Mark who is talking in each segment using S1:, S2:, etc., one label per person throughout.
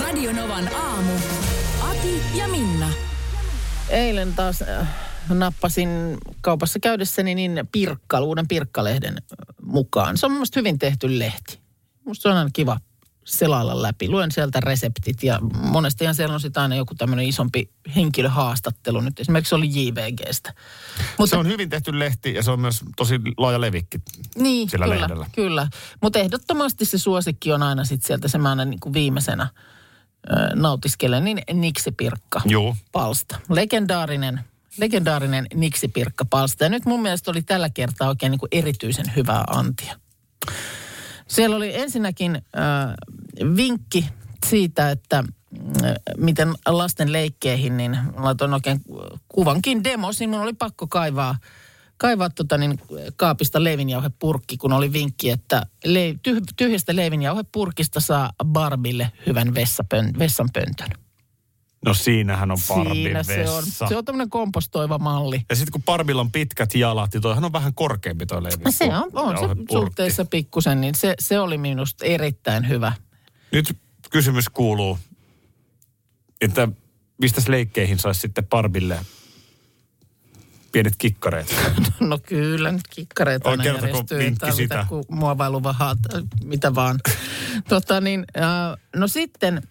S1: Radionovan aamu. Ati ja Minna.
S2: Eilen taas äh, nappasin kaupassa käydessäni niin pirkkal, uuden pirkkalehden äh, mukaan. Se on mun mielestä hyvin tehty lehti. Musta se on aina kiva selailla läpi. Luen sieltä reseptit ja monestihan siellä on sitten aina joku tämmöinen isompi henkilöhaastattelu. Nyt esimerkiksi oli JVGstä.
S3: Se on hyvin tehty lehti ja se on myös tosi laaja levikki.
S2: Niin,
S3: sillä
S2: kyllä,
S3: lehdellä.
S2: kyllä. Mutta ehdottomasti se suosikki on aina sitten sieltä, se mä aina niin kuin viimeisenä ö, nautiskelen, niin Niksipirkka
S3: Joo.
S2: palsta. Legendaarinen, legendaarinen Niksipirkka palsta. Ja nyt mun mielestä oli tällä kertaa oikein niin kuin erityisen hyvää antia. Siellä oli ensinnäkin äh, vinkki siitä, että äh, miten lasten leikkeihin, niin laitoin oikein kuvankin demosin. Mun oli pakko kaivaa, kaivaa tota niin, kaapista leivinjauhepurkki, kun oli vinkki, että le- tyh- tyhjästä leivinjauhepurkista saa Barbille hyvän vessapön- vessanpöntön.
S3: No siinähän on Barbin
S2: Siinä se on.
S3: vessa.
S2: Se on tämmöinen kompostoiva malli.
S3: Ja sitten kun Barbilla on pitkät jalat, niin toihan on vähän korkeampi toi leivi.
S2: No Se on, on se
S3: Jauhepurkki.
S2: suhteessa pikkusen, niin se, se oli minusta erittäin hyvä.
S3: Nyt kysymys kuuluu, että mistä leikkeihin saisi sitten Barbille pienet kikkareet?
S2: No kyllä, nyt kikkareita
S3: Oi,
S2: aina
S3: kertoko
S2: järjestyy. Ei
S3: vinkki
S2: tarvita
S3: sitä?
S2: kuin muovailuvahat, äh, mitä vaan. tota niin, äh, no sitten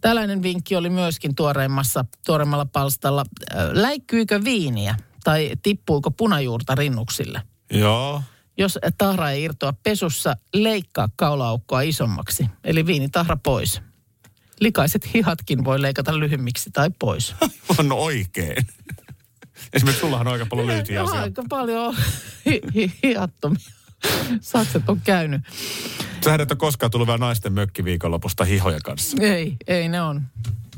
S2: tällainen vinkki oli myöskin tuoreimmassa, tuoreimmalla palstalla. Äh, Läikkyykö viiniä tai tippuuko punajuurta rinnuksille?
S3: Joo.
S2: Jos tahra ei irtoa pesussa, leikkaa kaulaukkoa isommaksi, eli viinitahra pois. Likaiset hihatkin voi leikata lyhymmiksi tai pois.
S3: On oikein. Esimerkiksi sullahan on aika paljon löytyjä
S2: Joo,
S3: asioita.
S2: No, Aika paljon hi- hi- hihattomia. Sakset on käynyt.
S3: Sähän et ole koskaan tullut vielä naisten mökkiviikonlopusta hihoja kanssa.
S2: Ei, ei ne on.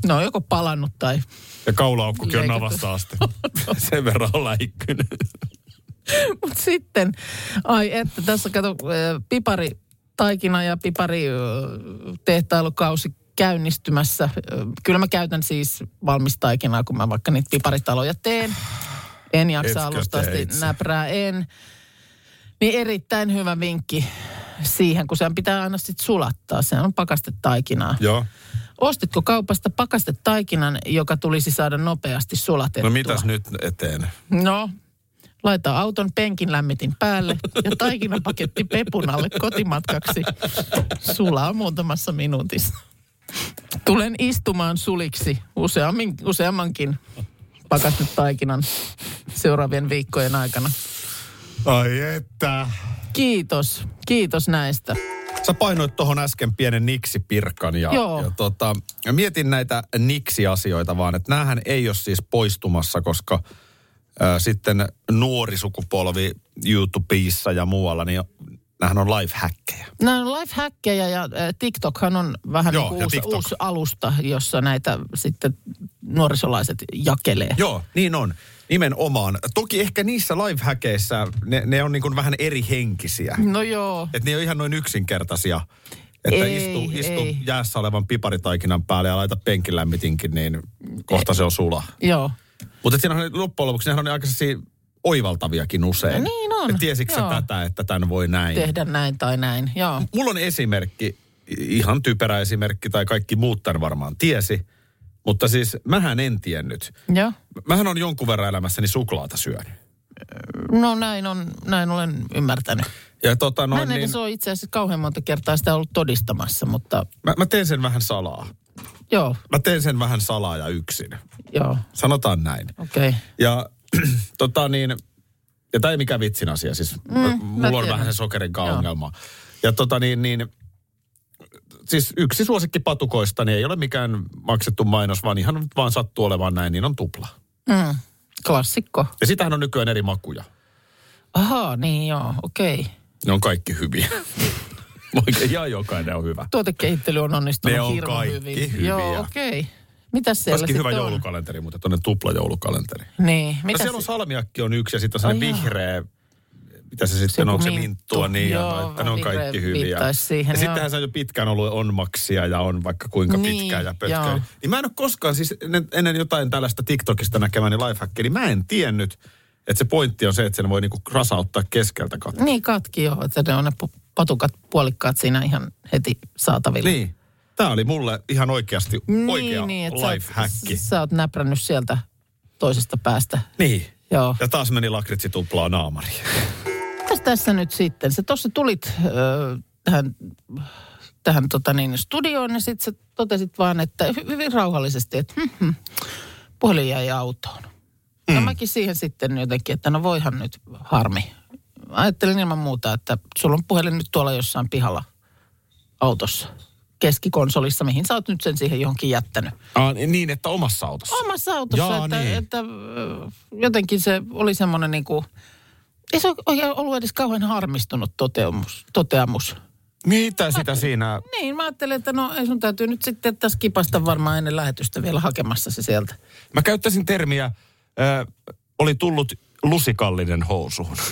S2: Ne on joko palannut tai
S3: Ja kaulaukkukin on
S2: Leikattu.
S3: navassa asti. Sen verran on läikkynyt.
S2: Mutta sitten, ai että, tässä kato, ö, pipari taikina ja pipari ö, tehtailukausi käynnistymässä. Ö, Kyllä mä käytän siis valmistaikinaa, kun mä vaikka niitä piparitaloja teen. En jaksa
S3: Etkö
S2: alusta
S3: tee
S2: asti
S3: itse?
S2: näprää, en. Niin erittäin hyvä vinkki siihen, kun sen pitää aina sitten sulattaa. Se on pakastetaikinaa.
S3: Joo. No
S2: Ostitko kaupasta pakastetaikinan, joka tulisi saada nopeasti sulatettua?
S3: No mitäs nyt eteen?
S2: No, laita auton penkin lämmitin päälle ja taikinapaketti pepun alle kotimatkaksi. Sulaa muutamassa minuutissa. Tulen istumaan suliksi useammin, useammankin pakastetaikinan taikinan seuraavien viikkojen aikana.
S3: Ai että.
S2: Kiitos, kiitos näistä.
S3: Sä painoit tuohon äsken pienen niksipirkan ja,
S2: Joo.
S3: ja tota, ja mietin näitä niksi-asioita vaan, että näähän ei ole siis poistumassa, koska ää, sitten nuori sukupolvi YouTubeissa ja muualla, niin näähän on lifehackkejä.
S2: Nämä on lifehackkejä ja eh, TikTokhan on vähän
S3: Joo,
S2: niin kuin
S3: ja
S2: uusi,
S3: TikTok.
S2: uusi alusta, jossa näitä sitten nuorisolaiset jakelee.
S3: Joo, niin on. Nimenomaan. Toki ehkä niissä lifehackeissa ne, ne on niin kuin vähän eri henkisiä.
S2: No joo.
S3: Et ne ei ole ihan noin yksinkertaisia. Että
S2: Ei,
S3: istu, istu
S2: ei.
S3: jäässä olevan piparitaikinan päälle ja laita penkin lämmitinkin, niin kohta se on sula.
S2: Joo.
S3: Mutta siinä on loppujen lopuksi, nehän on aika sellaisia oivaltaviakin usein.
S2: No niin on,
S3: Et tiesitkö sä
S2: joo.
S3: tätä, että tämän voi näin?
S2: tehdä näin tai näin. Joo.
S3: Mulla on esimerkki, i- ihan typerä esimerkki, tai kaikki muut tämän varmaan tiesi. Mutta siis, mähän en tiennyt.
S2: Joo.
S3: Mähän on jonkun verran elämässäni suklaata syönyt.
S2: No näin, on, näin olen ymmärtänyt.
S3: Ja tota
S2: Mä
S3: noin,
S2: en edes
S3: niin,
S2: ole itse asiassa kauhean monta kertaa sitä ollut todistamassa, mutta
S3: mä, mä teen sen vähän salaa.
S2: joo,
S3: Mä teen sen vähän salaa ja yksin.
S2: joo,
S3: Sanotaan näin.
S2: okei. Okay.
S3: Ja tota niin, ja tämä ei mikään vitsin asia, siis mm,
S2: mä
S3: mulla on
S2: tiedän.
S3: vähän se sokerin kanssa
S2: Joo.
S3: ongelma. Ja tota niin, niin, siis yksi suosikki patukoista, niin ei ole mikään maksettu mainos, vaan ihan nyt vaan sattuu olemaan näin, niin on tupla.
S2: Mm. Klassikko.
S3: Ja sitähän on nykyään eri makuja.
S2: Ahaa, niin joo, okei.
S3: Ne on kaikki hyviä. Oikein, ja jokainen on hyvä.
S2: Tuotekehittely on onnistunut
S3: Ne on
S2: hirmu
S3: kaikki
S2: hyvin.
S3: hyviä.
S2: Joo, okei. Okay. Mitäs siellä
S3: Olisikin hyvä
S2: sitten on?
S3: joulukalenteri, mutta tuonne tupla joulukalenteri.
S2: Niin,
S3: No
S2: mitäs
S3: siellä on salmiakki on yksi ja sitten on sellainen
S2: Ai jaa.
S3: vihreä, mitä se sitten
S2: joku
S3: on, onko se
S2: minttu.
S3: minttua, niin
S2: Joo,
S3: joo, että ne on
S2: vihreä
S3: kaikki hyviä.
S2: viittaisi siihen,
S3: ja
S2: joo.
S3: sittenhän se on jo pitkään ollut onmaksia ja on vaikka kuinka
S2: Niin,
S3: pitkää ja
S2: joo.
S3: pötkää. Niin mä en ole koskaan, siis ennen- ennen jotain tällaista TikTokista näkemäni lifehackia, niin mä en tiennyt, että se pointti on se, että sen voi niinku rasauttaa keskeltä katsoa.
S2: Niin, katki joo, että ne on ne pu- patukat puolikkaat siinä ihan heti saatavilla.
S3: Niin. Tämä oli mulle ihan oikeasti niin, oikea
S2: Mm. niin,
S3: niin,
S2: että sä oot-
S3: lifehack.
S2: Sä oot näprännyt sieltä toisesta päästä.
S3: Niin.
S2: Joo.
S3: Ja taas meni lakritsi tuplaa naamariin.
S2: Mitäs tässä nyt sitten? Sä tuossa tulit ö, tähän, tähän tota niin, studioon ja sitten sä totesit vaan, että hy- hyvin rauhallisesti, että hm, hm, puhelin jäi autoon. Mm. Ja mäkin siihen sitten jotenkin, että no voihan nyt harmi. Ajattelin ilman muuta, että sulla on puhelin nyt tuolla jossain pihalla autossa, keskikonsolissa, mihin sä oot nyt sen siihen johonkin jättänyt.
S3: Ah, niin, että omassa autossa.
S2: Omassa autossa, Jaa,
S3: Jaa,
S2: että, niin.
S3: niin.
S2: että ö, jotenkin se oli semmoinen niin kuin, ei se oikein ollut edes kauhean harmistunut toteamus. toteamus.
S3: Mitä sitä siinä?
S2: Niin, mä ajattelin, että no ei sun täytyy nyt sitten tässä kipasta varmaan ennen lähetystä vielä hakemassa se sieltä.
S3: Mä käyttäisin termiä, äh, oli tullut lusikallinen housuun.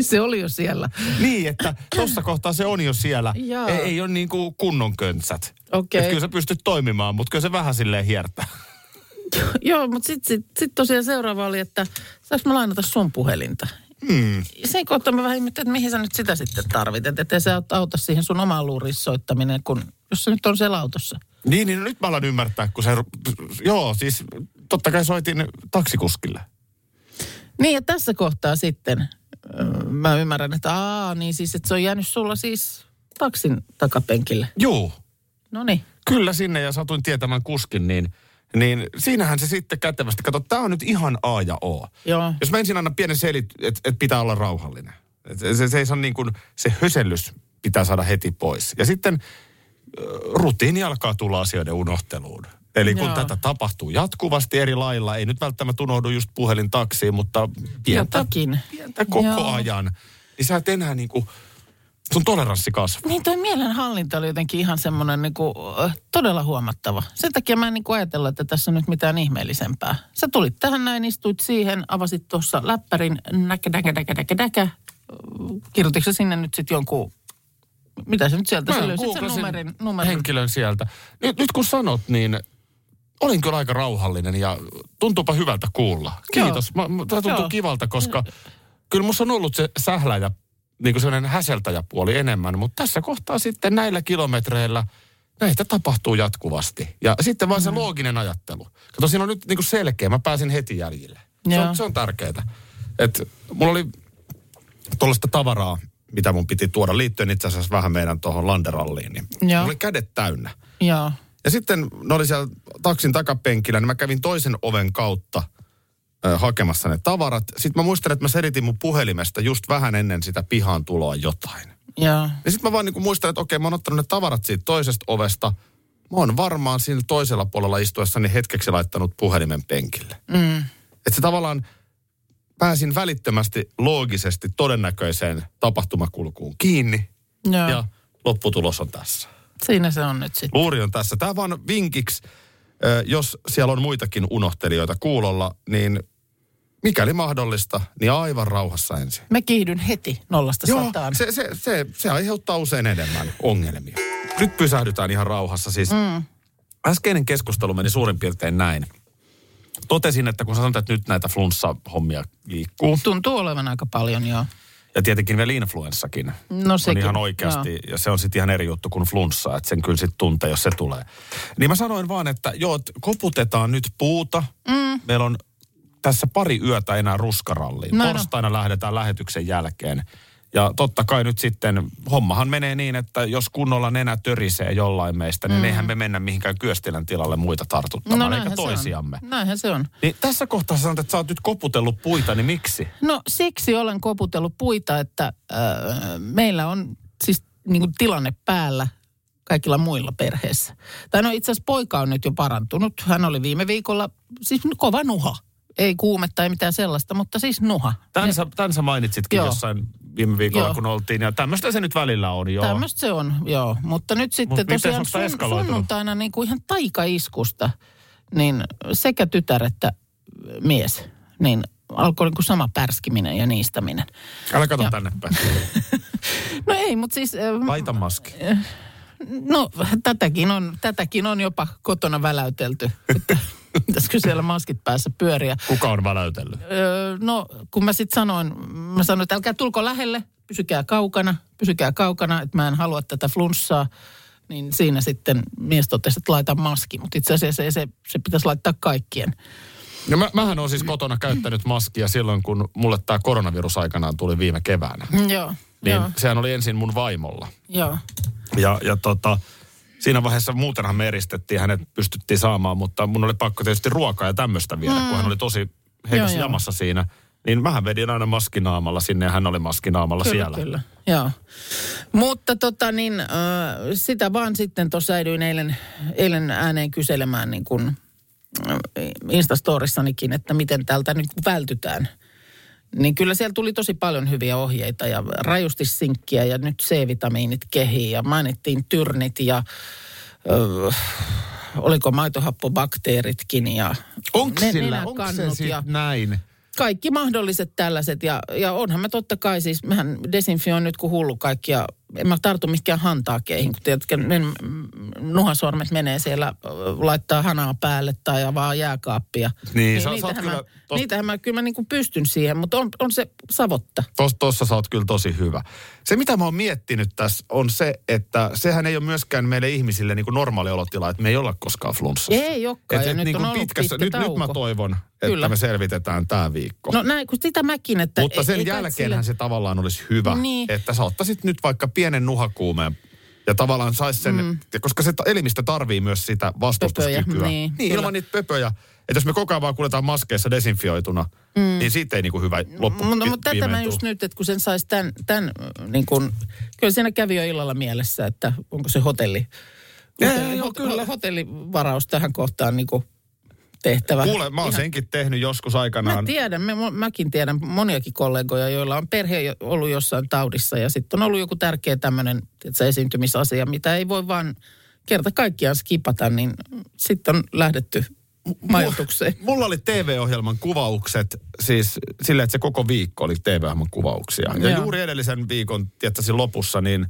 S2: se oli jo siellä.
S3: niin, että tuossa kohtaa se on jo siellä.
S2: Jaa.
S3: Ei, ei ole niin kuin kunnon köntsät.
S2: Okei.
S3: Et kyllä sä pystyt toimimaan, mutta kyllä se vähän silleen hiertää.
S2: Joo, mutta sitten sit, sit tosiaan seuraava oli, että saanko mä lainata sun puhelinta? Mm. Sen kohtaa mä vähän ihmettelin, että mihin sä nyt sitä sitten tarvit. Että ettei sä auta siihen sun omaan luuriin soittaminen, kun, jos se nyt on siellä autossa.
S3: Niin, niin no nyt mä alan ymmärtää, kun se... Joo, siis totta kai soitin taksikuskille.
S2: Niin ja tässä kohtaa sitten öö, mä ymmärrän, että aa, niin siis, että se on jäänyt sulla siis taksin takapenkille.
S3: Joo,
S2: No niin.
S3: Kyllä sinne ja satuin tietämään kuskin, niin, niin siinähän se sitten kätevästi, kato, tämä on nyt ihan A ja O.
S2: Joo.
S3: Jos mä ensin annan pienen selit, että et pitää olla rauhallinen. Et se, se, ei saa niin kuin, se hösellys pitää saada heti pois. Ja sitten ö, rutiini alkaa tulla asioiden unohteluun. Eli kun
S2: Joo.
S3: Joo. tätä tapahtuu jatkuvasti eri lailla, ei nyt välttämättä unohdu just puhelin taksiin, mutta pientä,
S2: Jotakin.
S3: pientä koko
S2: Joo.
S3: ajan, niin sä et enää niin kuin, sun toleranssi kasvaa.
S2: Niin toi mielenhallinta oli jotenkin ihan semmoinen niinku, ö, todella huomattava. Sen takia mä en niinku ajatella, että tässä on nyt mitään ihmeellisempää. Sä tulit tähän näin, istuit siihen, avasit tuossa läppärin, näkä, näkä, näkä, näkä, näkä. Ö, Kirjoititko sä sinne nyt sitten jonkun, mitä sä nyt sieltä, sä löysit sen
S3: googlasin
S2: numerin, numerin.
S3: henkilön sieltä. Nyt, nyt kun sanot, niin olin kyllä aika rauhallinen ja tuntuupa hyvältä kuulla.
S2: Joo.
S3: Kiitos. Mä, mä, tämä tuntuu
S2: Joo.
S3: kivalta, koska kyllä musta on ollut se sähläjä, niin kuin sellainen häseltäjäpuoli enemmän, mutta tässä kohtaa sitten näillä kilometreillä näitä tapahtuu jatkuvasti. Ja sitten vaan se
S2: Mm.
S3: looginen ajattelu. Kato, siinä on nyt niin kuin selkeä, mä pääsin heti jäljille. Se
S2: Joo.
S3: on, se on tärkeää. Et mulla oli tuollaista tavaraa, mitä mun piti tuoda liittyen itse asiassa vähän meidän tuohon Landeralliin, niin
S2: Joo.
S3: mulla oli kädet täynnä.
S2: Joo.
S3: Ja sitten ne oli siellä taksin takapenkillä, niin mä kävin toisen oven kautta ö, hakemassa ne tavarat. Sitten mä muistan, että mä selitin mun puhelimesta just vähän ennen sitä pihaan tuloa jotain.
S2: Joo.
S3: Ja sitten mä vaan niinku muistan, että okei, mä oon ottanut ne tavarat siitä toisesta ovesta. Mä oon varmaan siinä toisella puolella istuessani hetkeksi laittanut puhelimen penkille.
S2: Mm.
S3: Että se tavallaan pääsin välittömästi loogisesti todennäköiseen tapahtumakulkuun kiinni
S2: Joo.
S3: ja lopputulos on tässä.
S2: Siinä se on nyt sitten.
S3: Luuri on tässä. Tämä vaan vinkiksi, ö, jos siellä on muitakin unohtelijoita kuulolla, niin mikäli mahdollista, niin aivan rauhassa ensin.
S2: Mä kiihdyn heti nollasta sataan.
S3: se, se, se, se aiheuttaa usein enemmän ongelmia. Nyt pysähdytään ihan rauhassa. Siis mm. Äskeinen keskustelu meni suurin piirtein näin. Totesin, että kun sä sanot, että nyt näitä flunssa-hommia liikkuu,
S2: Tuntuu olevan aika paljon, joo.
S3: ja tietenkin vielä influenssakin.
S2: No sekin,
S3: On ihan oikeasti,
S2: joo.
S3: joo. ja se on sitten ihan eri juttu kuin flunssa, että sen kyllä sitten tuntee, jos se tulee. Niin mä sanoin vaan, että joo, et koputetaan nyt puuta. Mm. Meillä on tässä pari yötä enää ruskaralliin.
S2: No, no.
S3: No, Torstaina lähdetään lähetyksen jälkeen. Ja totta kai nyt sitten, hommahan menee niin, että jos kunnolla nenä törisee jollain meistä, niin mm. eihän me mennä mihinkään Kyöstilän tilalle muita tartuttamaan, no, eikä
S2: näinhän se on.
S3: toisiamme.
S2: Näinhän se on.
S3: Niin tässä kohtaa sä sanot, että sä oot nyt koputellut puita, niin miksi?
S2: No siksi olen koputellut puita, että äh, meillä on siis niin kuin tilanne päällä kaikilla muilla perheissä. Tai no itse asiassa poika on nyt jo parantunut. Hän oli viime viikolla siis kova nuha. Ei kuumetta, ei mitään sellaista, mutta siis nuha.
S3: Tän sä, tän sä mainitsitkin
S2: Joo.
S3: Joo. jossain viime viikolla,
S2: Joo.
S3: kun oltiin. Ja tämmöistä se nyt välillä on, joo.
S2: Tämmöistä se on, joo. Mutta nyt sitten
S3: miten se
S2: tosiaan
S3: on sitä
S2: sun,
S3: eskaloitunut?
S2: sunnuntaina niin kuin ihan taikaiskusta, niin sekä tytär että mies, niin alkoi niin kuin sama pärskiminen ja niistäminen.
S3: Älä kato
S2: Joo.
S3: tänne päin.
S2: No ei, mutta siis... äh,
S3: Laita maski.
S2: No tätäkin on, tätäkin on jopa kotona väläytelty. Että Pitäisikö siellä maskit päässä pyöriä?
S3: Kuka on väläytellyt?
S2: Öö, no kun mä sitten sanoin, mä sanoin, että älkää tulko lähelle, pysykää kaukana, pysykää kaukana, että mä en halua tätä flunssaa. Niin siinä sitten mies totesi, että laita maski, mutta itse asiassa ei se, se pitäisi laittaa kaikkien.
S3: No mä, mähän on siis kotona käyttänyt maskia silloin, kun mulle tämä koronavirus aikanaan tuli viime keväänä.
S2: Mm, Joo,
S3: Niin
S2: joo,
S3: sehän oli ensin mun vaimolla.
S2: joo.
S3: Ja, ja tota, siinä vaiheessa muutenhan me eristettiin, hänet pystyttiin saamaan, mutta mun oli pakko tietysti ruokaa ja tämmöistä viedä, mm. kun hän oli tosi heikossa
S2: Joo, joo.
S3: jamassa siinä. Niin mähän vedin aina maskinaamalla sinne ja hän oli maskinaamalla siellä.
S2: Kyllä, joo. Mutta tota niin, äh, sitä vaan sitten tuossa äidyin eilen, eilen ääneen kyselemään niin kuin äh, Instastorissanikin, että miten tältä nyt vältytään. Niin kyllä siellä tuli tosi paljon hyviä ohjeita ja rajusti sinkkiä ja nyt C-vitamiinit kehiin ja mainittiin tyrnit ja ö, oliko maitohappobakteeritkin ja
S3: Onko
S2: ne-
S3: sillä,
S2: nenäkannut
S3: onko se sit
S2: ja-
S3: näin?
S2: kaikki mahdolliset tällaiset. Ja, ja onhan mä totta kai siis, mähän desinfioin nyt kuin hullu kaikkia. En mä tartu mihinkään hantaakeihin, kun tiedätkö, ne mm, nuhasormet menee siellä, ö, laittaa hanaa päälle tai avaa jääkaappia.
S3: Niin, sä- sä oot
S2: niitähän,
S3: kyllä
S2: mä,
S3: tos-
S2: niitähän mä, kyllä mä niin kuin pystyn siihen, mutta on, on se savotta.
S3: Tos, tossa sä oot kyllä tosi hyvä. Se, mitä mä oon miettinyt tässä, on se, että sehän ei ole myöskään meille ihmisille niin kuin normaali olotila, että me ei olla koskaan flunssassa.
S2: Ei olekaan, ja nyt
S3: niinku
S2: on ollut pitkä
S3: nyt, nyt mä
S2: tauko.
S3: toivon, että
S2: Kyllä.
S3: me selvitetään tämä viikko.
S2: No näin, kun sitä mäkin, että...
S3: Mutta
S2: ei-
S3: sen
S2: ei kai
S3: jälkeenhän
S2: sille-
S3: se tavallaan olisi hyvä,
S2: Niin.
S3: niin. että sä ottaisit nyt vaikka pienen nuhakuumeen ja tavallaan saisi sen, mm. koska se ta- elimistö tarvii myös sitä vastustuskykyä.
S2: Pöpöjä, niin,
S3: niin
S2: kyllä.
S3: ilman niitä pöpöjä. Että jos me koko ajan vaan kuljetaan maskeissa desinfioituna, mm. niin siitä ei niinku hyvä
S2: Mutta,
S3: loppu
S2: mutta no, tätä
S3: viimein
S2: mä
S3: tule.
S2: just nyt, että kun sen saisi tämän, tämän niin kun, kyllä siinä kävi jo illalla mielessä, että onko se hotelli,
S3: Joo,
S2: hotelli,
S3: joo, kyllä.
S2: hotellivaraus tähän kohtaan niin kuin tehtävä.
S3: Kuule, mä oon senkin tehnyt joskus
S2: Mä
S3: aikanaan.
S2: tiedän, me, mäkin tiedän moniakin kollegoja, joilla on perhe jo- ollut jossain taudissa ja sitten on ollut joku tärkeä tämmöinen tiedätkö, esiintymisasia, mitä ei voi vaan kerta kaikkiaan skipata, niin sitten on lähdetty majoitukseen.
S3: Mulla oli TV-ohjelman kuvaukset, siis sillä, että se koko viikko oli TV-ohjelman kuvauksia. Ja
S2: Joo.
S3: juuri edellisen viikon, tiettäisin lopussa, niin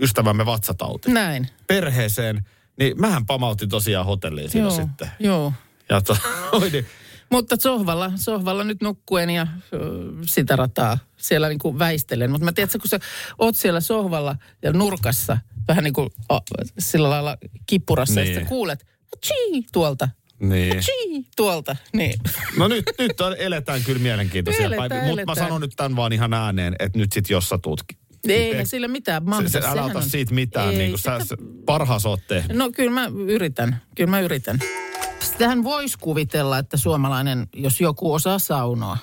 S3: ystävämme vatsatauti.
S2: Näin.
S3: perheeseen, niin mähän pamautin tosiaan hotelliin siinä
S2: Joo,
S3: sitten.
S2: joo.
S3: Ja to, oi niin,
S2: Mutta sohvalla, sohvalla nyt nukkuen ja ö, sitä rataa siellä niin kuin väistelen. Mutta mä tiedätkö, kun sä oot siellä sohvalla ja nurkassa, vähän niin kuin a, sillä lailla kipurassa, niin. ja
S3: Niin.
S2: sä kuulet, chii tuolta,
S3: niin.
S2: chii tuolta. Niin.
S3: No nyt, nyt on- eletään kyllä mielenkiintoisia
S2: Eletään,
S3: päiviä, mutta mä
S2: eletään.
S3: sanon nyt tämän vaan ihan ääneen, että nyt sit jos sä tuut.
S2: Ei eihän sillä mitään mahda.
S3: se, se, älä
S2: sehän
S3: ota
S2: on-
S3: siitä mitään,
S2: Ei
S3: niin kuin sä
S2: sitä-
S3: sä parhaas oot tehnyt.
S2: No kyllä mä yritän, kyllä mä yritän. Sitähän voisi kuvitella, että suomalainen, jos joku osaa saunoa,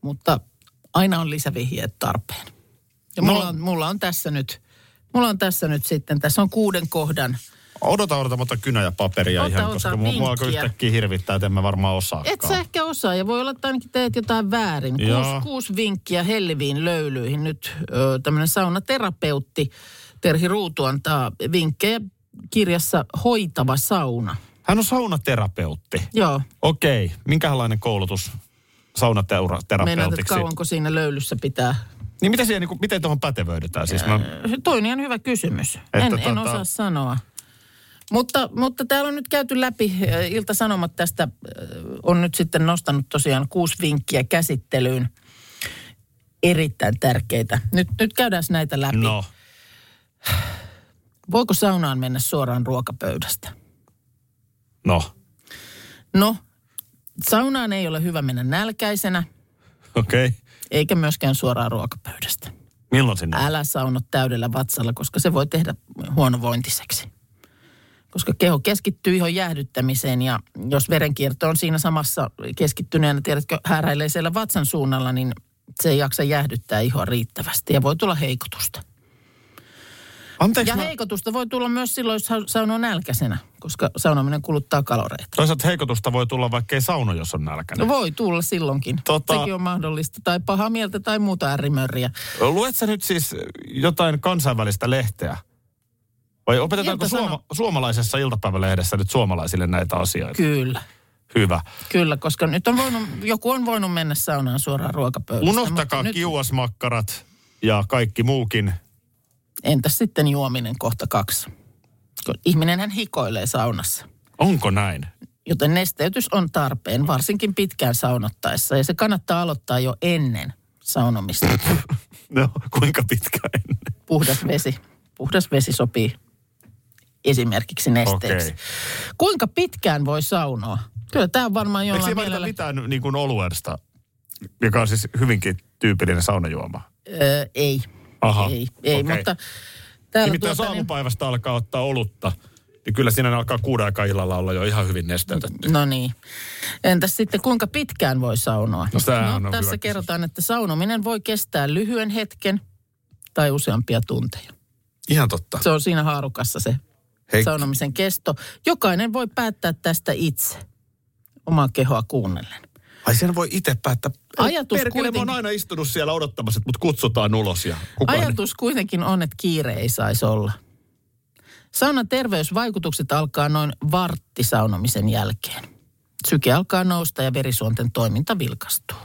S2: mutta aina on lisävihjeet tarpeen. Ja mulla,
S3: No.
S2: on, mulla on tässä nyt, mulla on tässä nyt sitten, tässä on kuuden kohdan.
S3: Odota, odota, mä otan kynä ja paperia
S2: Ota,
S3: ihan,
S2: ota
S3: koska mua, mua alkoi
S2: vinkkiä.
S3: yhtäkkiä hirvittää, että en mä varmaan
S2: Et sä
S3: osaakaan.
S2: ehkä osaa ja voi olla, että ainakin teet jotain väärin.
S3: Joo.
S2: Kuusi, kuusi vinkkiä helliviin löylyihin. Nyt ö, tämmöinen saunaterapeutti Terhi Ruutu antaa vinkkejä kirjassa Hoitava sauna.
S3: Hän on saunaterapeutti.
S2: Joo.
S3: Okei, minkälainen koulutus
S2: Meinaat, että
S3: saunaterapeutiksi?
S2: kauanko siinä löylyssä pitää?
S3: Niin mitä siihen, niin kuin, miten tuohon pätevöidytään? Siis mä,
S2: Toinen on hyvä kysymys. En,
S3: Että
S2: en
S3: tota-
S2: osaa sanoa. Mutta, mutta täällä on nyt käyty läpi, äh, Ilta-Sanomat tästä äh, on nyt sitten nostanut tosiaan kuusi vinkkiä käsittelyyn. Erittäin tärkeitä. Nyt, nyt käydään näitä läpi.
S3: no,
S2: Voiko saunaan mennä suoraan ruokapöydästä?
S3: no.
S2: No, saunaan ei ole hyvä mennä nälkäisenä,
S3: Okei. Okay.
S2: eikä myöskään suoraan ruokapöydästä.
S3: Milloin sinne?
S2: Älä sauno täydellä vatsalla, koska se voi tehdä huonovointiseksi. Koska keho keskittyy ihon jäähdyttämiseen ja jos verenkierto on siinä samassa keskittyneenä, tiedätkö, hääräilee siellä vatsan suunnalla, niin se ei jaksa jäähdyttää ihoa riittävästi ja voi tulla heikotusta.
S3: Anteeksi,
S2: Ja
S3: mä-
S2: heikotusta voi tulla myös silloin, jos sa- saunoo nälkäisenä, koska saunominen kuluttaa kaloreita.
S3: Toisaalta heikotusta voi tulla vaikka ei sauno, jos on nälkäinen.
S2: No voi tulla silloinkin.
S3: Tota-
S2: Sekin on mahdollista. Tai pahaa mieltä tai muuta äärimörriä.
S3: Luet sä nyt siis jotain kansainvälistä lehteä? Vai opetetaanko
S2: Ilta-Sano-
S3: suoma- suomalaisessa iltapäivälehdessä nyt suomalaisille näitä asioita?
S2: Kyllä,
S3: Hyvä.
S2: kyllä, koska nyt on voinut, joku on voinut mennä saunaan suoraan ruokapöydästä.
S3: Unohtakaa
S2: mutta nyt-
S3: kiuasmakkarat ja kaikki muukin.
S2: Entäs sitten juominen kohta kaksi? Kun ihminenhän hikoilee saunassa.
S3: Onko näin?
S2: Joten nesteytys on tarpeen, varsinkin pitkään saunottaessa. Ja se kannattaa aloittaa jo ennen saunomista.
S3: No, kuinka pitkään ennen?
S2: Puhdas vesi. Puhdas vesi sopii esimerkiksi nesteeksi.
S3: Okei.
S2: Kuinka pitkään voi saunoa? Kyllä tämä on varmaan
S3: Eikö
S2: jollain
S3: siinä valita
S2: mielellä...
S3: mitään niin kuin oluersta, joka on siis hyvinkin tyypillinen saunajuoma?
S2: Öö, ei.
S3: Aha,
S2: Ei, ei
S3: okei.
S2: mutta täällä
S3: Nimittäin jos
S2: tuota, niin,
S3: aamupäivästä alkaa ottaa olutta, niin kyllä siinä alkaa kuuden aikaa illalla olla jo ihan hyvin nesteytetty.
S2: No niin. Entäs sitten kuinka pitkään voi saunoa?
S3: No, tää on hyvä
S2: tässä
S3: kysymys.
S2: kerrotaan, että saunominen voi kestää lyhyen hetken tai useampia tunteja.
S3: Ihan totta.
S2: Se on siinä haarukassa se
S3: Hei,
S2: saunomisen kesto. Jokainen voi päättää tästä itse, omaa kehoa kuunnellen.
S3: ai sen voi itse päättää.
S2: Ajatus
S3: Perkele, mä oon
S2: kuitenkin-
S3: aina istunut siellä odottamassa, että mut kutsutaan ulos ja kukaan Ajatus.
S2: Ajatus kuitenkin on, että kiire ei saisi olla. Saunan terveysvaikutukset alkaa noin vartti saunomisen jälkeen. Syke alkaa nousta ja verisuonten toiminta vilkastuu.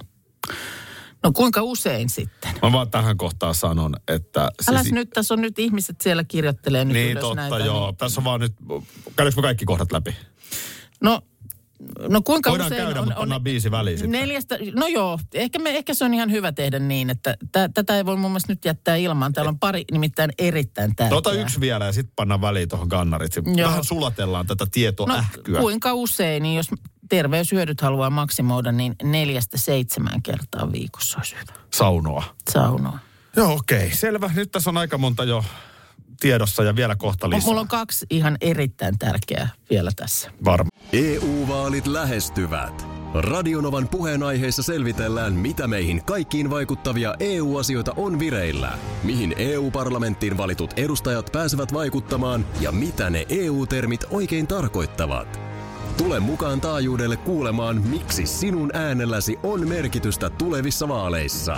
S2: No kuinka usein sitten?
S3: Mä vaan tähän kohtaan sanon, että...
S2: Äläs nyt, tässä on nyt ihmiset siellä kirjoittelee nyt
S3: Siis Niin
S2: ylös
S3: totta,
S2: näitä.
S3: joo.
S2: niin-
S3: Tässä on vaan nyt, käydäänkö me kaikki kohdat läpi?
S2: No, no kuinka
S3: Voidaan
S2: usein
S3: käydä,
S2: on,
S3: mutta
S2: on,
S3: pannaan biisi väliin sitten.
S2: Neljästä, no joo, ehkä, me, ehkä se on ihan hyvä tehdä niin, että tä, tätä ei voi mun mielestä nyt jättää ilmaan. Täällä on pari nimittäin erittäin tärkeää.
S3: Tota yksi vielä ja sitten pannaan väliin tuohon kannarit.
S2: Joo.
S3: Vähän sulatellaan tätä
S2: no,
S3: tietoähkyä.
S2: kuinka usein, niin jos terveyshyödyt haluaa maksimoida, niin neljästä seitsemään kertaa viikossa olisi hyvä
S3: Saunoa.
S2: saunoa.
S3: Joo, okei. Okay. Selvä. Nyt tässä on aika monta jo tiedossa ja vielä kohta lisää.
S2: Mulla on kaksi ihan erittäin tärkeää vielä tässä.
S3: Varma.
S4: EU-vaalit E lähestyvät. Radionovan puheenaiheessa selvitellään, mitä meihin kaikkiin vaikuttavia EU-asioita on vireillä, mihin EU-parlamenttiin valitut edustajat pääsevät vaikuttamaan ja mitä ne EU-termit oikein tarkoittavat. Tule mukaan taajuudelle kuulemaan, miksi sinun äänelläsi on merkitystä tulevissa vaaleissa.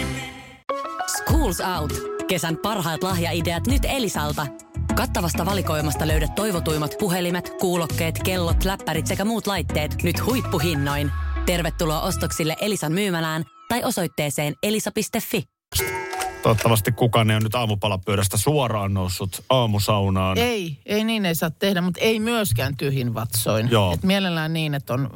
S5: Schools Out. Kesän parhaat lahjaideat nyt Elisalta. Kattavasta valikoimasta löydät toivotuimmat puhelimet, kuulokkeet, kellot, läppärit sekä muut laitteet nyt huippuhinnoin. Tervetuloa ostoksille Elisan myymälään tai osoitteeseen elisa.fi.
S3: Toivottavasti kukaan ei ole nyt aamupalapöydästä suoraan noussut aamusaunaan.
S2: Ei, ei niin ei saa tehdä, mutta ei myöskään tyhjin vatsoin.
S3: Joo.
S2: Et mielellään niin, että on,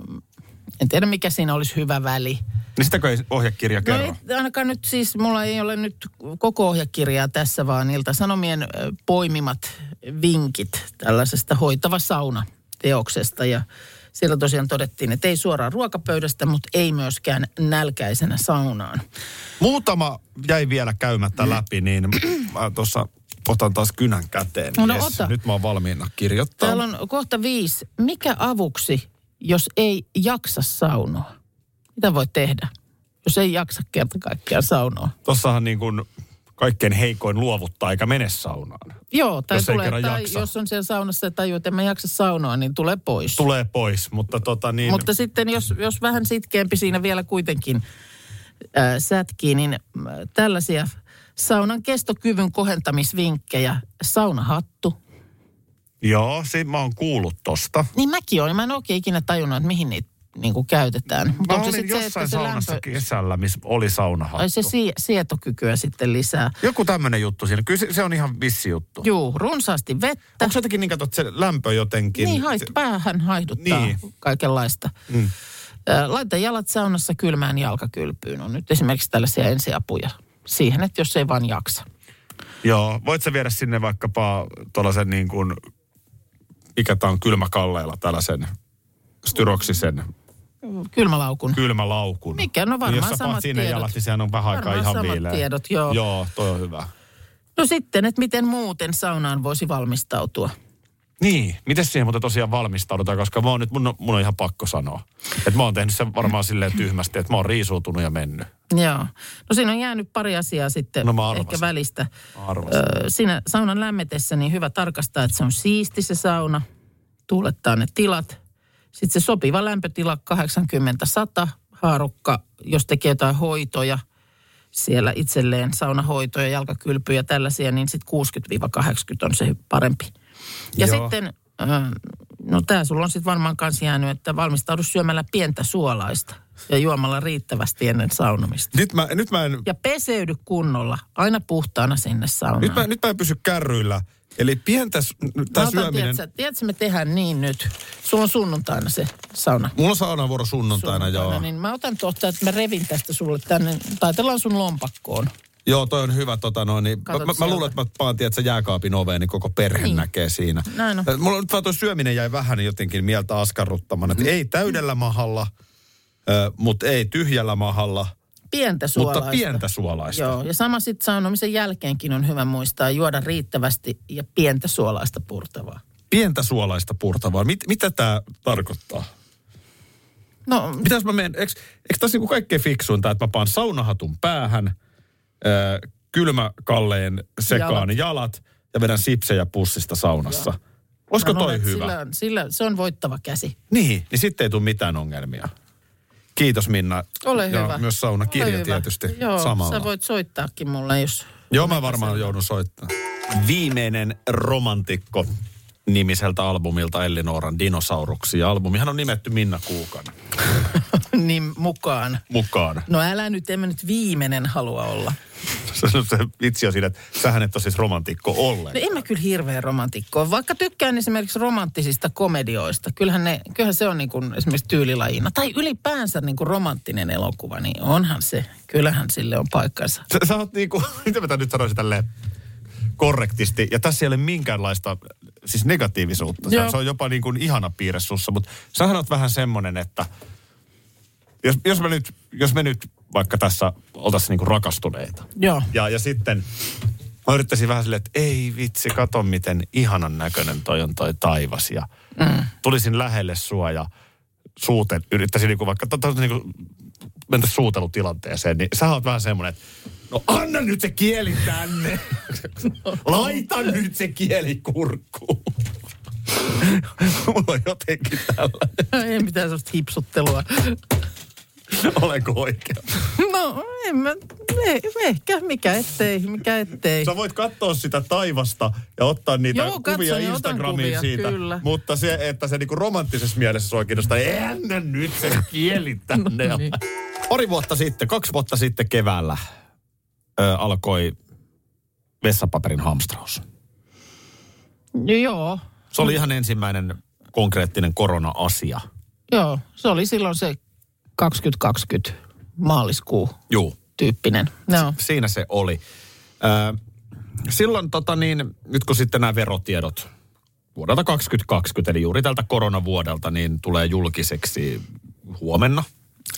S2: en tiedä mikä siinä olisi hyvä väli.
S3: Niin sitäkö ei ohjekirja
S2: No
S3: kerro?
S2: ei, ainakaan nyt siis, mulla ei ole nyt koko ohjekirjaa tässä, vaan ilta sanomien ö, poimimat vinkit tällaisesta hoitava sauna teoksesta. Ja siellä tosiaan todettiin, että ei suoraan ruokapöydästä, mutta ei myöskään nälkäisenä saunaan.
S3: Muutama jäi vielä
S2: Mm.
S3: käymättä läpi, niin mä tuossa otan taas kynän käteen.
S2: No, no,
S3: Jes,
S2: ota.
S3: Nyt mä oon valmiina kirjoittaa.
S2: Täällä on kohta viisi. Mikä avuksi, jos ei jaksa saunoa? Mitä voi tehdä, jos ei jaksa kerta kaikkiaan saunoa?
S3: Tossahan niin kuin kaikkein heikoin luovuttaa eikä mene saunaan.
S2: Joo, tai,
S3: Jos ei
S2: tulee,
S3: kerran
S2: tai
S3: jaksa.
S2: jos on siellä saunassa ja tajuu, että en mä jaksa saunoa, niin tulee pois.
S3: Tulee pois, mutta tota niin...
S2: Mutta sitten jos, jos vähän sitkeämpi siinä vielä kuitenkin äh, sätkii, niin äh, tällaisia saunan kestokyvyn kohentamisvinkkejä. Saunahattu.
S3: Joo, siinä mä oon kuullut tosta.
S2: Niin mäkin olen. Mä en oikein ikinä tajunnut, että mihin niitä niin kuin käytetään. Mutta
S3: Mä
S2: onko
S3: olin
S2: se sitten
S3: se
S2: se,
S3: jossain
S2: että se
S3: saunassa
S2: lämpö...
S3: kesällä, missä oli saunahattu.
S2: Ai se sie- sietokykyä sitten lisää.
S3: Joku tämmöinen juttu siinä. Kyllä se, se on ihan vissi juttu.
S2: Juu, runsaasti vettä.
S3: Onko se jotenkin niin, kato, että se lämpö jotenkin...
S2: Niin, haihdu, päähän haihduttaa
S3: Niin.
S2: niin. kaikenlaista. Mm. Laita jalat saunassa kylmään jalkakylpyyn. On nyt esimerkiksi tällaisia ensiapuja siihen, että jos ei vaan jaksa.
S3: Joo, voit sä viedä sinne vaikkapa tuollaisen niin kuin mikä tämä on kylmäkalleilla tällaisen styroksisen
S2: Kylmälaukun.
S3: kylmälaukun. Niin
S2: Mikä? No varmaan
S3: Jos sä paat
S2: samat
S3: sinne
S2: tiedot.
S3: jalat, niin sehän on vähän aikaa
S2: Varmaan
S3: ihan
S2: samat
S3: viileä.
S2: tiedot, joo.
S3: Joo, toi on hyvä.
S2: No sitten, että miten muuten saunaan voisi valmistautua?
S3: Niin, miten siihen muuten tosiaan valmistaudutaan, koska mä oon nyt, mun, on- mun on ihan pakko sanoa. Että mä oon tehnyt sen varmaan silleen tyhmästi, että mä oon riisuutunut ja mennyt.
S2: Joo. No siinä on jäänyt pari asiaa sitten
S3: No mä arvasin.
S2: ehkä välistä.
S3: Mä arvasin.
S2: Ö, siinä saunan lämmetessä niin hyvä tarkastaa, että se on siisti se sauna. Tuulettaa ne tilat. Sitten se sopiva lämpötila 80-100 haarukka, jos tekee jotain hoitoja siellä itselleen, saunahoitoja, jalkakylpyjä tällaisia, niin sitten 60-80 on se parempi. Ja
S3: Joo.
S2: sitten, ö, no tämä sulla on sitten varmaan kanssa jäänyt, että valmistaudu syömällä pientä suolaista ja juomalla riittävästi ennen saunomista.
S3: Nyt mä, nyt mä en
S2: Ja peseydy kunnolla, aina puhtaana sinne saunaan.
S3: Nyt mä, nyt mä en pysy kärryillä. Eli pientä s- n- tää
S2: Mä otan,
S3: syöminen...
S2: Tiedätkö, tiedätkö, me tehdään niin nyt. Sulla on sunnuntaina se sauna.
S3: Mulla on saunavuoro sunnuntaina, joo.
S2: Niin mä otan tuosta, että mä revin tästä sulle tänne. Taitellaan sun lompakkoon.
S3: Joo, toi on hyvä. Tota, no, niin, mä,
S2: Katot
S3: mä, mä luulen,
S2: sieltä.
S3: että mä paan tiedät, sä jääkaapin oveen, niin koko perhe niin. näkee siinä.
S2: Näin on.
S3: Ä, Mulla nyt vaan toi syöminen jäi vähän jotenkin mieltä askarruttamaan. Että ei täydellä mahalla, mutta ei tyhjällä mahalla,
S2: Pientä suolaista.
S3: mutta pientä suolaista.
S2: Joo, ja sama sitten saunomisen jälkeenkin on hyvä muistaa juoda riittävästi ja pientä suolaista purtavaa.
S3: Pientä suolaista purtavaa. Mit, mitä tämä tarkoittaa?
S2: No,
S3: Mitäs mä menen, eikö, eikö tässä niinku kaikkein fiksuinta, että mä paan saunahatun päähän, ö, kylmäkalleen sekaan jalat. jalat ja vedän sipsejä pussista saunassa. Olisiko
S2: mä luulen,
S3: toi
S2: että
S3: hyvä?
S2: Sillä, on- sillä, se on voittava käsi.
S3: Niin, niin sitten ei tule mitään ongelmia. Kiitos Minna.
S2: Ole
S3: ja
S2: hyvä.
S3: myös
S2: Ole
S3: saunakirja
S2: hyvä.
S3: tietysti
S2: Joo,
S3: samalla.
S2: sä voit soittaakin mulle, jos...
S3: Joo, mä varmaan joudun soittamaan. Viimeinen romantikko nimiseltä albumilta Elli Nooran Dinosauruksia. Albumihan on nimetty Minna Kuukan
S2: niin mukaan.
S3: mukaan.
S2: No älä nyt, en mä nyt viimeinen halua olla.
S3: se, se vitsi on siinä, että sähän et ole siis romantikko
S2: No
S3: ollenkaan.
S2: en mä kyllä hirveän romantikko. ole. Vaikka tykkään esimerkiksi romanttisista komedioista. Kyllähän, ne, kyllähän se on niin kuin esimerkiksi tyylilajina. Tai ylipäänsä niin kuin romanttinen elokuva, niin onhan se. Kyllähän sille on paikkansa.
S3: Sä, sä oot niinku, miten mä tän nyt sanoisin tälleen korrektisti, ja tässä ei ole minkäänlaista siis negatiivisuutta. Sä,
S2: Joo.
S3: se on jopa niin kuin ihana piirre sussa, mutta sähän oot vähän semmonen, että jos, jos, me nyt, jos me nyt vaikka tässä oltaisiin niinku rakastuneita,
S2: Joo.
S3: ja, ja sitten mä yrittäisin vähän silleen, että ei vitsi, kato miten ihanan näköinen toi on toi taivas. Ja mm. tulisin lähelle sua ja suuten, yrittäisin niinku vaikka to, to, niinku, mennä suutelutilanteeseen, niin sä oot vähän semmoinen, että no anna nyt se kieli tänne. Laita nyt se kieli kurkkuun. Mulla on jotenkin tällainen.
S2: Ei mitään sellaista hipsuttelua.
S3: Olenko oikea?
S2: No en mä, ei, ehkä, mikä ettei, mikä ettei.
S3: Sä voit katsoa sitä taivasta ja ottaa niitä
S2: Joo, katson
S3: kuvia
S2: ja otan
S3: Instagramiin
S2: kuvia,
S3: siitä.
S2: kyllä.
S3: Mutta se, että se niinku romanttisessa mielessä sua kiinnostaa, ei anna nyt se kieli tänne.
S2: niin.
S3: Pari vuotta sitten, kaksi vuotta sitten keväällä ö, alkoi vessapaperin hamstraus.
S2: No Joo,
S3: Se
S2: Mm.
S3: oli ihan ensimmäinen konkreettinen korona-asia.
S2: joo. Se oli silloin se 2020 maaliskuu
S3: Juu.
S2: tyyppinen. No.
S3: Siinä se oli. Ö, silloin tota niin, nyt kun sitten nämä verotiedot vuodelta 2020, eli juuri tältä koronavuodelta, niin tulee julkiseksi huomenna.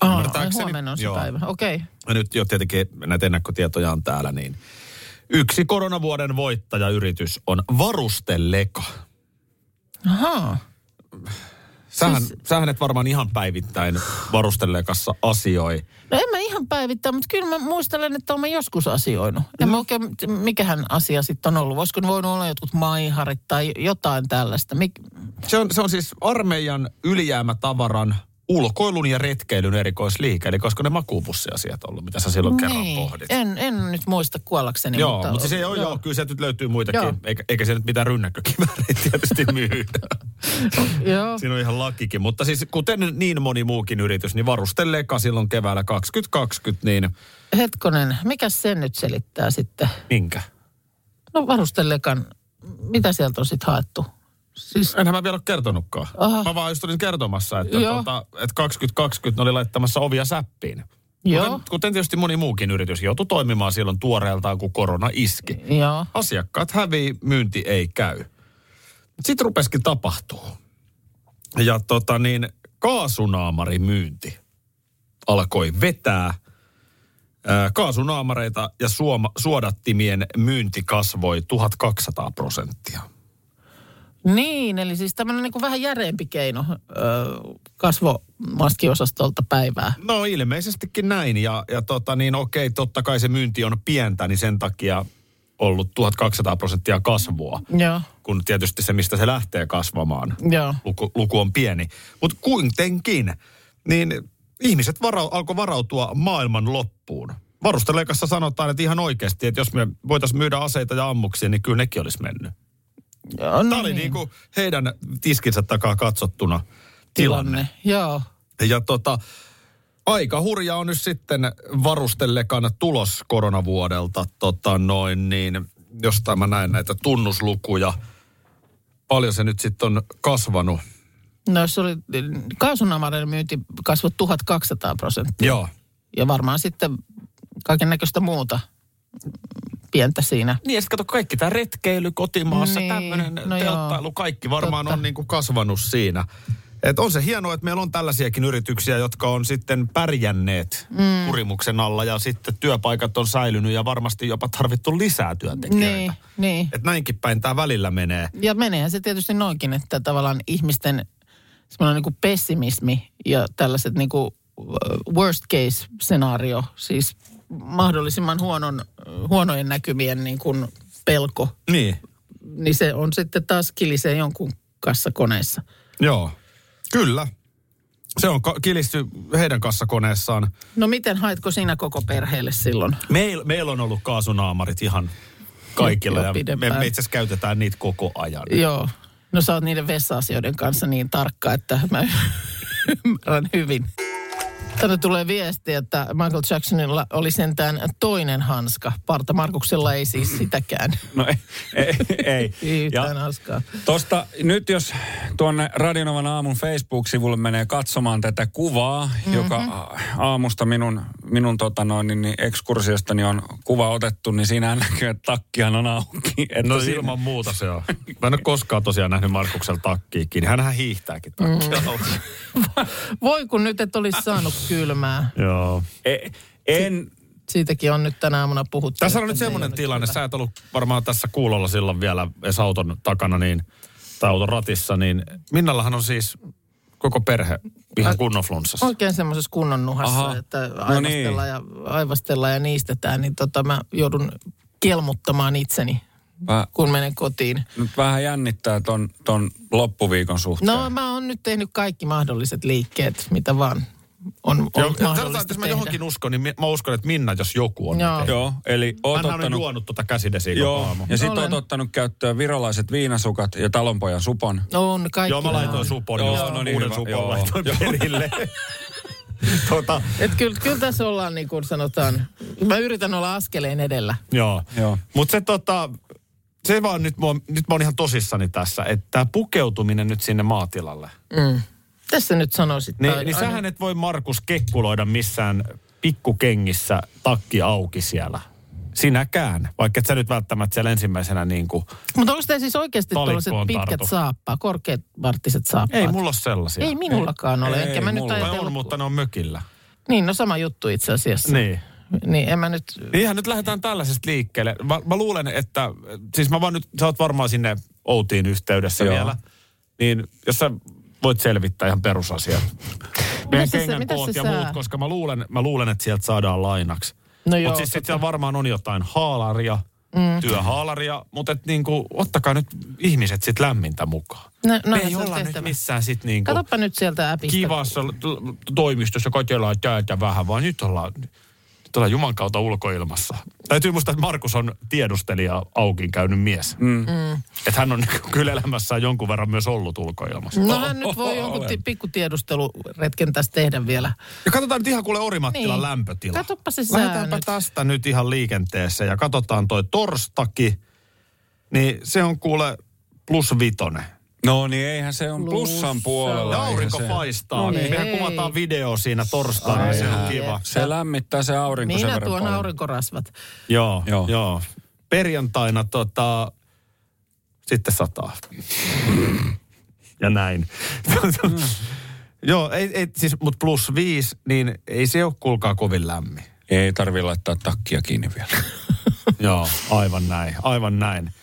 S2: Aa, ai,
S3: Ymmärtääkseni-
S2: huomenna on se
S3: Joo.
S2: päivä. Okei. Okay.
S3: Ja nyt jo tietenkin näitä ennakkotietoja on täällä, niin yksi koronavuoden voittajayritys on Varusteleka.
S2: Ahaa.
S3: Sähän, siis... sähän et varmaan ihan päivittäin Varustelekassa asioi.
S2: No en mä ihan päivittää, mutta kyllä mä muistelen, että olen joskus asioinut. En mä oikein, mikähän asia sitten on ollut. Voisiko ne voinut olla jotkut maiharit tai jotain tällaista. Mik...
S3: Se on, se on siis armeijan ylijäämätavaran ulkoilun ja retkeilyn erikoisliike, eli koska ne makuupussiasiat ollut, mitä sä silloin kerran No, pohdit.
S2: en, en nyt muista kuollakseni.
S3: Joo,
S2: Niin. mutta,
S3: mutta, siis ei ole, joo. kyllä se nyt löytyy muitakin,
S2: Joo.
S3: eikä, eikä se nyt mitään rynnäkkökivääriä tietysti myydä.
S2: Joo.
S3: Siinä on ihan lakikin, mutta siis kuten niin moni muukin yritys, niin varusteleeka silloin keväällä 2020, niin
S2: Hetkonen, mikä sen nyt selittää sitten?
S3: minkä?
S2: No varustellekan, mitä sieltä on sitten haettu? Siis,
S3: Enhän mä vielä ole kertonutkaan. Aha. Mä vaan just olin kertomassa, että,
S2: Joo.
S3: tuota, että 2020 ne oli laittamassa ovia säppiin.
S2: joo,
S3: Kuten, kuten tietysti moni muukin yritys joutui toimimaan silloin tuoreeltaan, kun korona iski.
S2: joo.
S3: Asiakkaat hävii, myynti ei käy. Sitten rupeskin tapahtuu. Ja tota niin, kaasunaamari myynti alkoi vetää. Ää, Kaasunaamareita ja suoma, suodattimien myynti kasvoi 1200 prosenttia.
S2: Niin, eli siis tämmöinen niin kuin vähän järeempi keino öö, kasvomaskiosastolta päivää.
S3: No ilmeisestikin näin. Ja, ja tota niin, okei, totta kai se myynti on pientä, niin sen takia ollut 1200 prosenttia kasvua.
S2: Joo.
S3: Kun tietysti se, mistä se lähtee kasvamaan,
S2: Joo.
S3: luku, luku on pieni. Mutta kuitenkin, niin ihmiset vara, alkoi varautua maailman loppuun. Varusteleikassa sanotaan, että ihan oikeasti, että jos me voitaisiin myydä aseita ja ammuksia, niin kyllä nekin olisi mennyt.
S2: Joo, no
S3: Tämä oli niin kuin heidän tiskinsä takaa katsottuna tilanne.
S2: Joo.
S3: Ja tota, aika hurja on nyt sitten varustellekan tulos koronavuodelta, tota noin niin, jostain mä näen näitä tunnuslukuja. Paljon se nyt sitten on kasvanut.
S2: No se oli, kaasunamareiden myynti kasvoi 1200 prosenttia.
S3: Joo.
S2: Ja varmaan sitten kaiken näköistä muuta pientä siinä.
S3: Niin, ja sit kato kaikki tämä retkeily kotimaassa,
S2: Niin,
S3: niin, tämmöinen
S2: no
S3: no
S2: joo.
S3: telttailu, kaikki varmaan
S2: Totta.
S3: on niin kuin kasvanut siinä. Et on se hienoa, että meillä on tällaisiakin yrityksiä, jotka on sitten pärjänneet mm. kurimuksen alla ja sitten työpaikat on säilynyt ja varmasti jopa tarvittu lisää työntekijöitä.
S2: Niin, niin.
S3: Että näinkin päin tämä välillä menee.
S2: Ja meneehän se tietysti noinkin, että tavallaan ihmisten semmoinen niin kuin pessimismi ja tällaiset niin kuin worst case scenario, siis mahdollisimman huonon, huonojen näkymien niin kuin pelko,
S3: Niin.
S2: niin se on sitten taas kilisee jonkun kassakoneessa.
S3: Joo. Kyllä. Se on ka- kilisty heidän kassakoneessaan.
S2: No miten haetko sinä koko perheelle silloin?
S3: Meil, meillä on ollut kaasunaamarit ihan kaikilla
S2: Joo,
S3: ja me,
S2: pidempään.
S3: me itse asiassa käytetään niitä koko ajan.
S2: Joo. No sä oot niiden vessa-asioiden kanssa niin tarkka, että mä ymmärrän hyvin. Tänne tulee viesti, että Michael Jacksonilla oli sentään toinen hanska. Parta Markuksella ei siis sitäkään.
S6: No ei. ei, ei.
S2: Yhtään hanskaa.
S6: Tosta, nyt jos tuonne Radionovan aamun Facebook-sivulle menee katsomaan tätä kuvaa, mm-hmm. joka a- aamusta minun, minun tota noin, niin, niin ekskursiostani on kuva otettu, niin siinä näkyy, että takkihan on auki. Että
S3: No
S6: siinä-
S3: ilman muuta se on. Mä en ole koskaan tosiaan nähnyt Markuksen takkiikin. Hänhän hiihtääkin takkia.
S2: Mm. Voi kun nyt et olisi saanut kylmää.
S3: Joo.
S6: E- en,
S2: Siitäkin on nyt tänä aamuna puhuttu.
S3: Tässä on
S2: että
S3: nyt
S2: ne ei
S3: semmoinen
S2: ole
S3: tilanne.
S2: kylmää.
S3: Sä et ollut varmaan tässä kuulolla silloin vielä edes auton takana niin, tai auton ratissa, niin Minnallahan on siis koko perhe ihan kunnon flunssassa.
S2: Oikein semmoisessa kunnon nuhassa, Aha.
S6: Aha.
S2: että
S6: No
S2: aivastellaan, no niin. ja, aivastellaan ja niistetään, niin tota mä joudun kelmuttamaan itseni,
S6: mä,
S2: kun menen kotiin.
S6: nyt vähän jännittää ton, ton loppuviikon suhteen.
S2: No mä oon nyt tehnyt kaikki mahdolliset liikkeet, mitä vaan on, on
S3: Joo,
S2: mahdollista
S3: sanotaan, että jos mä
S2: tehdä.
S3: johonkin uskon, niin mi- mä uskon, että Minna, jos joku on.
S2: Joo.
S3: Joo.
S6: Joo, eli oot
S3: Hänhän on
S6: ottanut...
S3: juonut tuota käsidesiä koko
S6: Joo,
S3: aamu.
S6: ja sitten
S2: Olen.
S6: oot ottanut käyttöön virolaiset viinasukat ja talonpojan supon.
S2: No, On, kaikki
S3: Joo, mä laitoin supon,
S6: Joo,
S3: just
S6: no niin,
S3: uuden
S6: hyvä.
S3: supon
S6: Joo.
S3: laitoin perille. tota,
S2: Et kyllä, kyllä tässä ollaan niin kuin sanotaan, mä yritän olla askeleen edellä.
S3: joo.
S6: Joo.
S3: Mutta se tota, se vaan nyt, mua, nyt mä oon ihan tosissani tässä, että tämä pukeutuminen nyt sinne maatilalle.
S2: Mm. Tässä nyt sanoisit.
S3: Niin,
S2: tai-
S3: niin
S2: ai-
S3: sähän et voi Markus kekkuloida missään pikkukengissä takki auki siellä. Sinäkään, vaikka et sä nyt välttämättä siellä ensimmäisenä niin kuin,
S2: Mutta onko teillä siis oikeasti
S3: Talikkoon
S2: tuollaiset pitkät
S3: tartu.
S2: saappaa, korkeat varttiset saappaat?
S3: ei mulla ole sellaisia.
S2: Ei minullakaan ole,
S6: Ei,
S2: enkä mä nyt
S6: mulla.
S3: Tai
S2: ajatellut.
S3: on, mutta ne on mökillä.
S2: Niin, no sama juttu itse asiassa.
S3: Niin.
S2: Niin, en mä nyt...
S3: Ihan nyt lähdetään tällaisesta liikkeelle. Mä, mä luulen, että, siis mä vaan nyt, sä oot varmaan sinne Outiin yhteydessä Joo.
S6: Joo.
S3: vielä. Niin jos sä voit selvittää ihan perusasiat. Meidän
S2: se-
S3: kengän
S2: mitä se
S3: koot ja
S2: sää?
S3: muut, koska mä luulen, mä luulen, että sieltä saadaan lainaksi.
S2: No joo,
S3: mutta siis sit
S2: totta.
S3: siellä varmaan on jotain haalaria, mm. työhaalaria, mutta et niinku, ottakaa nyt ihmiset sit lämmintä mukaan.
S2: No, no
S3: Me ei olla nyt missään sit niinku
S2: Katoppa nyt sieltä äpistä.
S3: kivassa l- toimistossa kotellaan täältä vähän, vaan nyt ollaan, nyt ollaan Juman kautta ulkoilmassa. Täytyy muistaa, että Markus on tiedustelija aukin käynyt mies. Mm. Että hän on niinku kyllä elämässään jonkun verran myös ollut ulkoilmassa.
S2: No hän nyt voi jonkun ti- pikkutiedusteluretken tässä tehdä vielä.
S3: Ja katsotaan nyt ihan kuule Orimattilan
S2: Niin.
S3: lämpötila.
S2: Katoppa se sää
S3: Lähdetäänpä
S2: nyt.
S3: tästä nyt ihan liikenteessä ja katsotaan toi torstaki. Niin se on kuule plus vitonen.
S6: No niin, eihän se on plussan
S2: Plussaa.
S6: puolella.
S3: Ja
S6: eihän
S3: aurinko
S6: se-
S3: paistaa.
S2: No
S3: No
S2: niin.
S3: niin. Mehän
S2: Hei.
S3: kuvataan video siinä torstaina, niin se on
S6: Ai
S3: kiva.
S6: Se lämmittää se aurinko sen
S2: Minä
S6: verran
S2: tuon
S6: paljon.
S2: aurinkorasvat.
S3: Joo, joo.
S6: Joo.
S3: joo. Perjantaina tota, sitten sataa. ja näin. Joo, ei, ei, siis, mutta plus viisi, niin ei se ole kuulkaa kovin lämmin.
S6: Ei tarvi laittaa takkia kiinni vielä.
S3: Joo, aivan näin, aivan näin.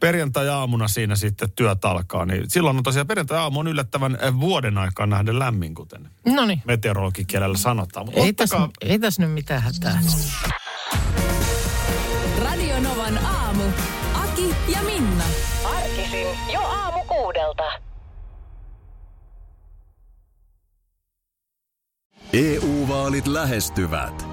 S3: Perjantai-aamuna siinä sitten työt alkaa, niin silloin on tosiaan perjantai-aamu on yllättävän eh, vuoden aikaan nähden lämmin, kuten
S2: No niin.
S3: meteorologikielellä sanotaan. Mutta
S2: Ei tässä, ei tässä nyt mitään hätää.
S1: Radio Novan aamu. Aki ja Minna.
S7: Arkisin jo aamu kuudelta.
S4: EU-vaalit E lähestyvät.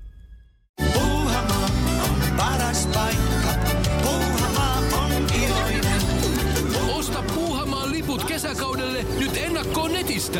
S8: Puuhamaa on paras paikka. Puuhamaa on iloinen.
S9: Osta Puuhamaan liput kesäkaudelle nyt ennakkoon netistä.